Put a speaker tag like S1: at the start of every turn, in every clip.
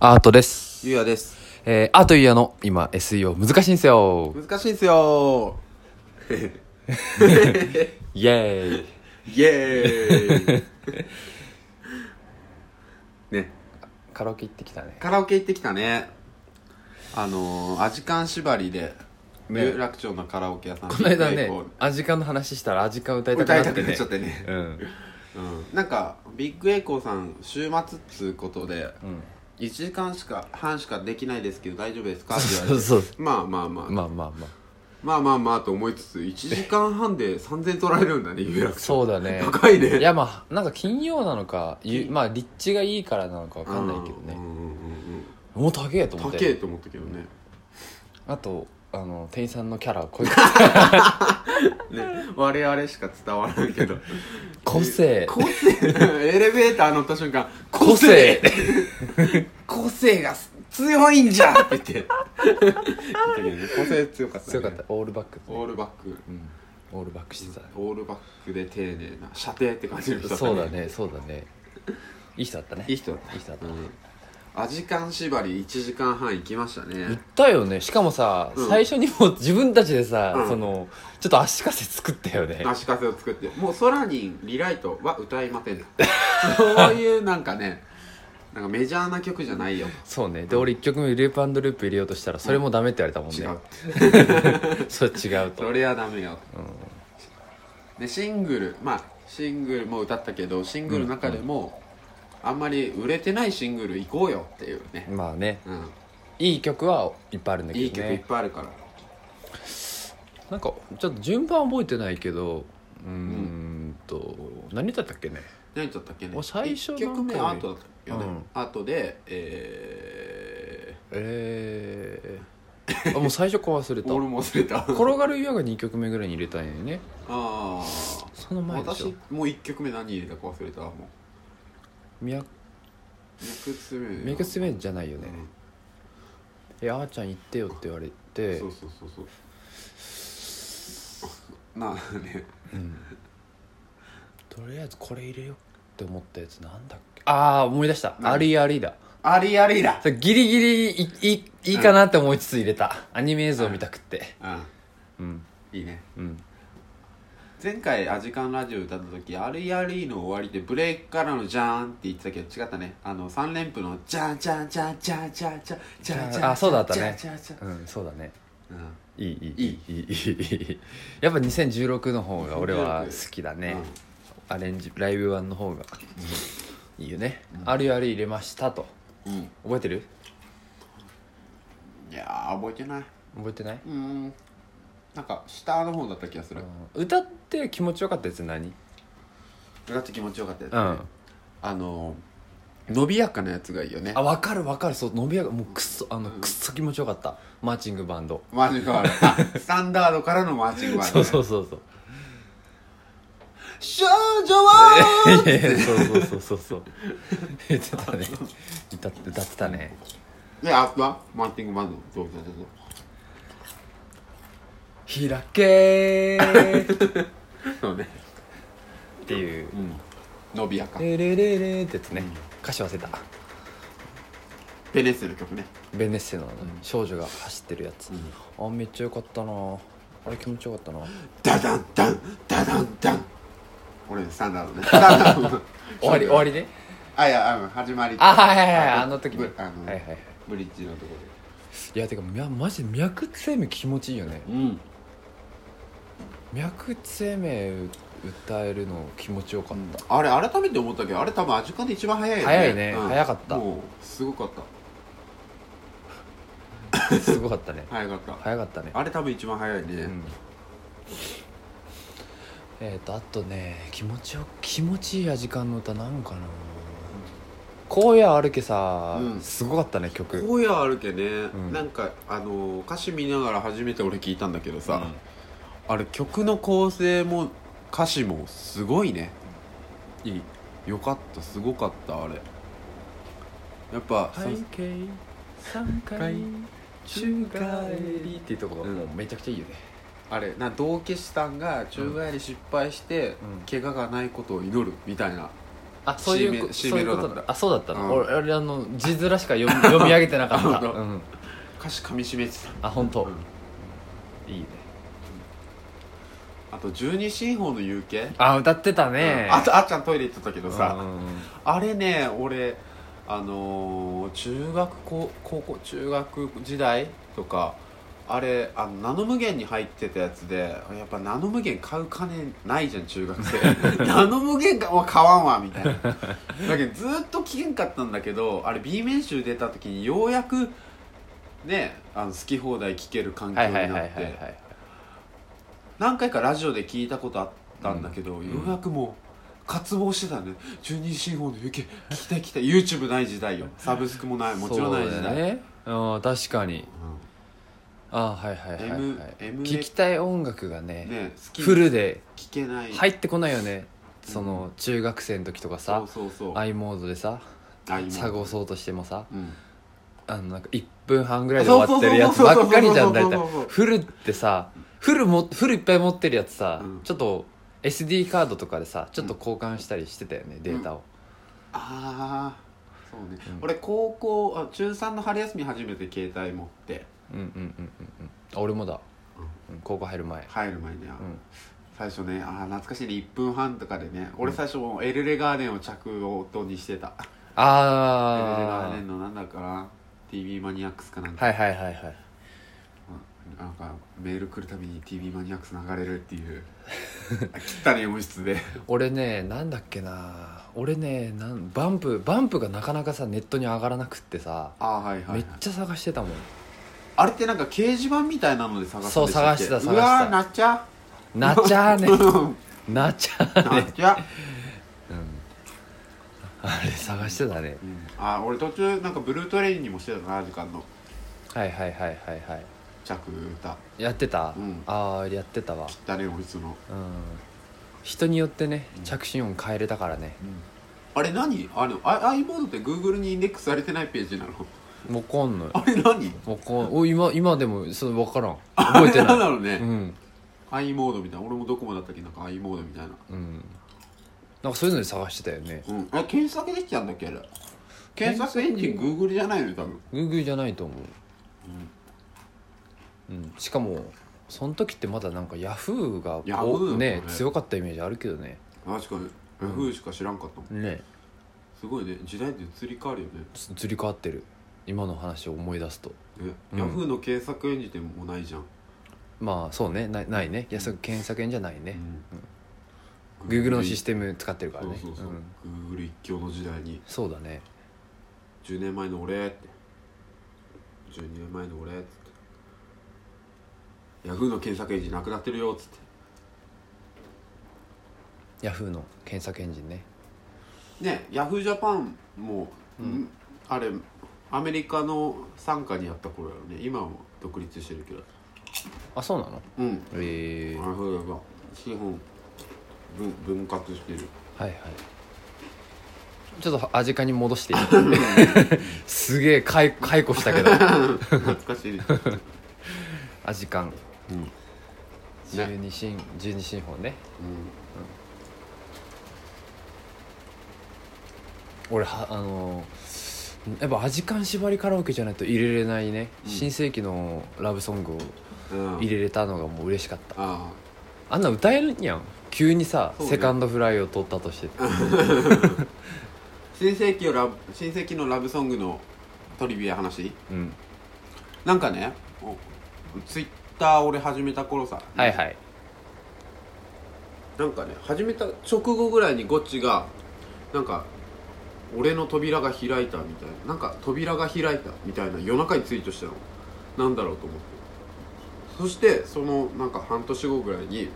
S1: アートです。
S2: ゆうやです
S1: えー、アートイヤーの今 SEO 難しいんすよ。
S2: 難しいんすよ
S1: イエーイ。
S2: イエー イね
S1: カラオケ行ってきたね。
S2: カラオケ行ってきたねあのー、アジカン縛りで
S1: ね
S2: 有楽町のカラオケ屋さ ん
S1: この間ね
S2: こ、
S1: アジカンの話したらアジカン歌いうたくな
S2: 歌
S1: って
S2: いた
S1: ね。
S2: くなっちゃってね、
S1: うん。
S2: うん、なんかビッグエコーさん週末っつうことで
S1: うん。
S2: 1時間しか半しかできないですけど大丈夫ですかって言われ
S1: そう
S2: て
S1: そう。
S2: まあまあまあ、
S1: まあまあま
S2: まあまあまあと思いつつ1時間半で3000取られるんだね有
S1: あ。
S2: 楽町
S1: そうだね。
S2: 高いね
S1: いやまあ、なんか金曜なのか、ゆまあ立地がいいからなのかわかんないけど
S2: う
S1: ね
S2: ん。うんうんうん
S1: もう高えと思
S2: 高
S1: って。
S2: えと思ったけどね
S1: あと、あの、店員さんのキャラ、こいつ
S2: ね我々しか伝わらんけど
S1: 個性。
S2: 個性 エレベーター乗った瞬間
S1: 個性
S2: 個性が強いんじゃって言って 言ったけどね個性強かったね
S1: 強かった。オールバック。
S2: オールバック
S1: うん。オールバックしてた。
S2: オールバックで丁寧な射程って感じの人だった
S1: そうだねそうだねいい人だったね
S2: いい人だった
S1: いい人だった
S2: うんアジカン縛り1時間半行きました
S1: 言っ
S2: ね
S1: たよねしかもさ、
S2: うん
S1: 最初にもう 自分たちでさ、
S2: うん
S1: そのちょっと足かせ作ったよね
S2: 足かせを作ってもう「空にリライト」は歌いません そういうなんかねなんかメジャーな曲じゃないよ
S1: そうねで俺1曲目ループループ入れようとしたらそれもダメって言われたもん
S2: 違
S1: ね、
S2: う
S1: それ違うと
S2: それはダメよ、でシングルまあシングルも歌ったけどシングルの中でも、あんまり売れてないシングル行こうよっていうね、
S1: まあね
S2: うん、
S1: いい曲はいっぱいあるんだけど
S2: い
S1: ね
S2: い曲いっぱいあるから、
S1: なんかちょっと順番覚えてないけどうーんと、何歌ったっけね
S2: 何だったっけね
S1: お最初
S2: 1
S1: なんか
S2: 曲目
S1: よ
S2: は
S1: り
S2: アートだったよね、
S1: うん
S2: アートでえ
S1: え ー、あもう最初か忘れ
S2: ー、
S1: た
S2: 俺も忘れたあ
S1: 転がる岩が2曲目ぐらいに入れたんよね
S2: あ
S1: その前でしょ
S2: 私もう1曲目何入れたか忘れたもう
S1: ミヤ
S2: ミクスメ
S1: メイクスメイじゃないよ
S2: う
S1: ね
S2: ん
S1: 「えあーちゃん行ってよ」って言われて
S2: そうそうそうそうなあね
S1: とりあえずこれ入れようって思ったやつなんだっけああ思い出した「
S2: 何
S1: ありあり」だ
S2: ありありだ
S1: それギリギリいいいいいかなって思いつつ入れたアニメ映像見たくって
S2: う
S1: う
S2: ん
S1: ん
S2: いいね
S1: うん
S2: 前回「アジカンラジオ」歌った時「アリアリ」の終わりでブレイクからの「ジャーン」って言ってたけど違ったねあの3連符の「ジャーンジャーンジャーンジャーンジャーンジャーンジャーンジャーン」
S1: あそうだったね
S2: ジャーンジャーンジャーン
S1: うんそうだね
S2: うん
S1: いいいいいい
S2: い
S1: いいいいやっぱ2016の方が俺は
S2: 2016
S1: 好きだねアレンジライブ版の方がいいよね「ありあり」入れましたと
S2: うん
S1: 覚えてる
S2: いやー覚えてない
S1: 覚えてない
S2: うんなんか下の方だった気がする
S1: うん歌って気持ちよかったやつ何
S2: 歌って気持ちよかったやつ
S1: う
S2: ね
S1: ん
S2: あの伸びやかなやつがいいよね
S1: あ分かる分かるそう伸びやがもうくっそあのくっそ気持ちよかったマーチングバンド
S2: マーチン グバンドあスタンダードからのマーチングバン
S1: そ
S2: ド
S1: うそうそう そう
S2: 少女は
S1: そうそうそうそうそう言ってたね歌って歌ってたね
S2: であとはマーチングバンドどうぞどうぞ
S1: 開けーっ
S2: そうね
S1: ていう
S2: うん伸びやか
S1: レレレレってやつね歌詞忘れた
S2: ベネッセの曲ね
S1: ベネッセの少女が走ってるやつあめっちゃよかったなあれ気持ちよかったな
S2: ダダンダンダダンダン俺スタンダー ドねダダン
S1: 終わり終わりね
S2: あいやあの始まり
S1: あはいはいはいあの時ね
S2: ブあの
S1: はいはいはい
S2: ブリッジのとこ
S1: いやてかみゃマジで脈生命気持ちいいよね
S2: ろでうん
S1: 脈生命歌えるの気持ちよかった、
S2: あれ改めて思ったけどあれ多分アジカンで一番早いよね
S1: 早いね
S2: うん
S1: 早かった
S2: もうすごかった
S1: すごかったね
S2: 早かった
S1: 早かったね
S2: あれ多分一番早いね
S1: うんえっ、とあとね気持ちよ気持ちいいや時間の歌なんかな荒野歩けさ、
S2: うん
S1: すごかったね曲
S2: 荒野あるけね、
S1: ん
S2: なんかあの歌詞見ながら初めて俺聞いたんだけどさ、あれ曲の構成も歌詞もすごいねいいよかったすごかったあれやっぱ、
S1: 背景3回宙返りっていうとこが
S2: うん
S1: もうめちゃくちゃいいよね、
S2: あれな道化師さんが宙返り失敗して、
S1: うん
S2: 怪我がないことを祈るみたいな
S1: あそうい
S2: シー
S1: う
S2: メ
S1: こ
S2: シー
S1: そういう
S2: メロ
S1: こと
S2: だ
S1: だ
S2: った
S1: あそうだったの、
S2: うん
S1: 俺俺あの字面しか読み 読み上げてなかった、
S2: 本当
S1: うん、
S2: 歌詞噛み締めてた
S1: あ本当、
S2: うん
S1: いいね
S2: あと十二進法の夕景
S1: あ歌ってたね、
S2: あとあっちゃんトイレ行ってたけど
S1: う
S2: さ
S1: んうんうん
S2: あれね俺あのー中学高高校中学時代とかあれあのナノ無限に入ってたやつでやっぱナノ無限買う金ないじゃん中 学生ナノ無限かおい買わんわみたいなだけどずっと聞けんかったんだけどあれ B 面集出た時にようやくねあの好き放題聞ける環境
S1: はい
S2: に
S1: は
S2: ない
S1: はいは
S2: っ
S1: いはい
S2: て何回かラジオで聞いたことあったんだけど、
S1: うん
S2: ようやくもう渇望してたね十二進法の行け聞きたい聞きたい YouTube ない時代よサブスクもないもちろんない時
S1: そうだ
S2: 代、
S1: ねうん確かに
S2: う
S1: あはいはいはい、はい
S2: M-
S1: 聞きたい音楽がね
S2: んね好き
S1: フルで
S2: 聞けない
S1: 入
S2: い
S1: ってこないよね、
S2: うん
S1: その中学生の時とか
S2: そ
S1: さ
S2: うそうそう
S1: アイモードでさ
S2: あ今
S1: 探そうとしてもさ
S2: うん
S1: あのなんか1分半ぐらいで終わってるやつばっかりじゃん大体フルってさフルもフルいっぱい持ってるやつさ、
S2: うん
S1: ちょっと SD カードとかでさちょっと交換したりしてたよね、データを、
S2: ああそうね、
S1: うん
S2: 俺高校あ中3の春休み初めて携帯持って
S1: うん、うんうんうんうんあ俺もだ、うん、高校入る前
S2: 入る前に、あ
S1: うん
S2: 最初ねあー懐かしいね1分半とかでね俺最初もうエルレガーデンを着音にしてたエルレガ
S1: あ
S2: ーデンのなんだかな TV マニアックスかなん
S1: あ
S2: か、
S1: はいはいはいはい
S2: うんなんかメール来るたびに TV マニアックス流れるっ ていう汚い音質で
S1: 俺ねなんだっけな俺ねなんバンプバンプがなかなかさネットに上がらなくってさ
S2: ああはいはい、はい、
S1: めっちゃ探してたもん
S2: あれってなんか掲示板みたいなので探すんでしたっけ
S1: そう探してた探してた
S2: うわーなっちゃ
S1: なちゃー ねなちゃー
S2: な
S1: ね
S2: っちゃ
S1: あれ探してたね
S2: うんあ俺途中なんかブルートレインにもしてたな時間の
S1: はいはいはいはいはい
S2: 着歌
S1: やってた、
S2: うん
S1: ああやってたわ
S2: 誰もいつの、
S1: うん人によってね着信音変えれたからね
S2: あれ何あのあ i モードって Google にインデックスされてないページなの
S1: わかんない
S2: あれ何
S1: わかんお今今でもそれ分からん覚えて
S2: 何な
S1: ない、
S2: の
S1: う
S2: ね、
S1: ん
S2: アイモードみたいな俺もドコモだったっけなんか i モードみたいな
S1: うんなんかそういうので探してたよね
S2: うんあ検索できちゃうんだっけあれ検索エンジン Google じゃないのよ多分
S1: グーグーじゃないと思ううん、しかもその時ってまだなんかヤフーが
S2: ヤフーだもん
S1: ね
S2: ね
S1: 強かったイメージあるけどね
S2: 確かに Yahoo しか知らんかったもん
S1: ね
S2: すごいね時代って移り変わるよね
S1: ずずり変わってる今の話を思い出すと
S2: ね、
S1: うん
S2: Yahoo の検索エンジンってもうないじゃん、
S1: まあそうねないないねいやそれ検索園じゃないうね、
S2: ん
S1: Google のシステム使ってるからね
S2: そうそうそう、
S1: ん
S2: Google 一強の時代に
S1: そうだね
S2: 10年前の俺って12年前の俺っつってヤフーの検索エンジンなくなってるよっつって
S1: ヤフーの検索エンジンね
S2: ねヤフージャパンも、
S1: うん
S2: んあれアメリカの傘下にあった頃やろね今はもう独立してるけど
S1: あそうなの
S2: うん
S1: ええ
S2: ヤ
S1: はい
S2: フージャパン資本分分割 してる
S1: はいちょっとアジカに戻していい すげえ解解雇したけど
S2: 懐かしい、
S1: アジカン
S2: うん
S1: 十二進十二進法ね俺はあのーやっぱアジカン縛りカラオケじゃないと入れれないね、
S2: うん
S1: 新世紀のラブソングを
S2: うん、
S1: 入れれたのがもう嬉しかった
S2: あ
S1: あんな歌えるんやん急にさ、
S2: そうね
S1: セカンドフライを取ったとして
S2: あ新世紀をラブ新世紀のラブソングのトリビア話
S1: うん
S2: なんかねツイッター俺始めた頃さ
S1: はいはい
S2: なんかね始めた直後ぐらいにゴッチがなんか俺の扉が開いたみたいななんか扉が開いたみたいな夜中にツイートしたのなんだろうと思ってそしてそのなんか半年後ぐらいに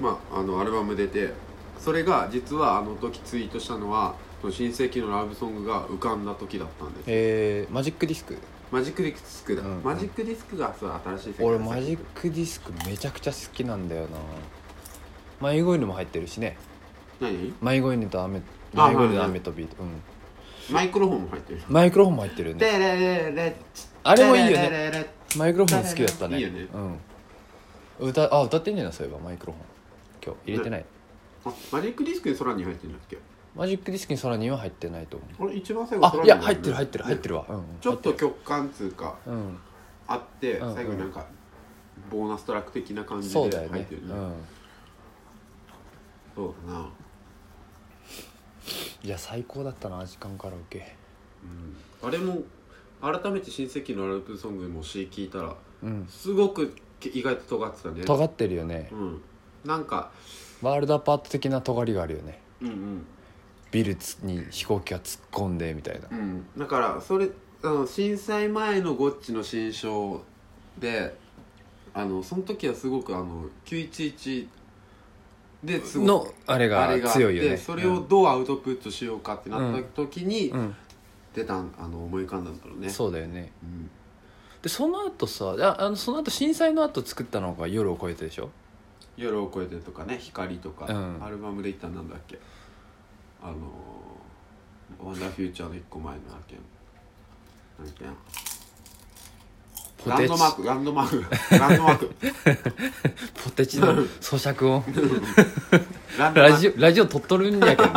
S2: まああのアルバム出てそれが実はあの時ツイートしたのはその新世紀のラブソングが浮かんだ時だったんです
S1: えー、マジックディスク
S2: マジックディスクだ、
S1: うん
S2: マジックディスクがそう新しい世界
S1: 俺マジックディスクめちゃくちゃ好きなんだよな迷子犬も入ってるしね
S2: 何
S1: 迷子犬と雨
S2: あ
S1: 迷子犬と
S2: はいはい
S1: 雨とビート、うん、
S2: マイクロフォンも入ってる
S1: マイクロフォンも入ってるよね
S2: テレレレ
S1: あれもいいよね
S2: テレレレ
S1: マイクロフォン好きだったね
S2: いいよね
S1: うん、歌あ歌ってんねんなそういえばマイクロフォン今日入れてない、
S2: あマジックディスクで空に入ってるんだっけ
S1: マジックディスクにその2は入ってないと思う
S2: これ一番最後
S1: あ
S2: 取られ
S1: いや入ってる入
S2: っ
S1: ってる入ってるわ、うん、
S2: ちょっと曲感つうか
S1: うん
S2: あって、
S1: うん
S2: 最後になんかボーナストラック的な感じで
S1: そう
S2: 入って
S1: だ
S2: る
S1: よねう
S2: ね
S1: ん
S2: そうだな、
S1: いや最高だったな時間カラオケ
S2: あれも改めて親戚のアルプソングも詩聞いたら
S1: うん
S2: すごく意外と尖ってたね
S1: 尖ってるよね
S2: うんなんか
S1: ワールドアパート的な尖りがあるよね
S2: うんうん
S1: ビルつに飛行機が突っ込んでみたいな
S2: うん、だからそれあの震災前のゴッチの新章であのその時はすごくあの911ですごく
S1: のあれ
S2: あ
S1: が
S2: れがあって
S1: 強いよね
S2: それをどうアウトプットしようかってなった時に
S1: うん、
S2: 出たんあの思い浮かんだんだろう
S1: う
S2: ね
S1: ん、そうだよね
S2: うん、
S1: でその後さああのその後震災の後作ったのが「夜を越えて」でしょ
S2: 夜を越えてとかね光とか、
S1: うん
S2: アルバムでいったなんだっけあのワンダーフューチャーの一個前のあけんなんだっけな
S1: ポ
S2: ラン
S1: テ
S2: ドマー
S1: チ
S2: クランドマークランドマー ク
S1: ポテチの咀嚼音
S2: ランドマ ーク
S1: ラジオラジオ撮っとるんやけどね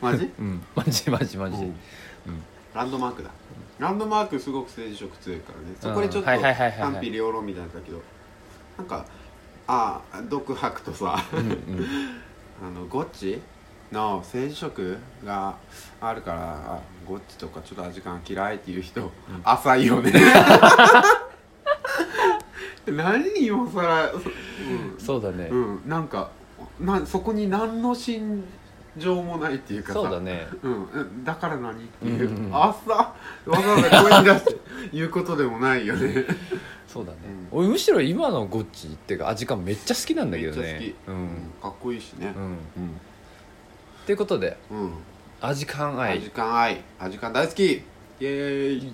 S2: マジ
S1: うんマジマジマジ、
S2: ランドマークだランドマークすごく政治色強いからねそこでちょっと
S1: はいはいはいはいはい
S2: 賛否両論みたいなんだけどなんかああ独白とさ
S1: うんうん、
S2: あのゴッチの政治色があるからあゴッチとかちょっと味感嫌いっていう人、浅いよね 何今更
S1: そうだね、
S2: うん、うん、なんかなそこに何の心情もないっていうかさ
S1: そうだね
S2: うん、だから何っていう、
S1: うんうん
S2: 朝わざわざ声に出して 言うことでもないよね
S1: そうだね、
S2: う
S1: 俺むしろ今のゴッチっていうか味感めっちゃ好きなんだけ
S2: めっ
S1: ど
S2: ちゃ
S1: ね
S2: 好き、
S1: うん
S2: かっこいいしね
S1: うん
S2: うん
S1: ということで
S2: うん、
S1: 味感
S2: は
S1: 愛
S2: い、アジカン愛アジカン大好きイエーイ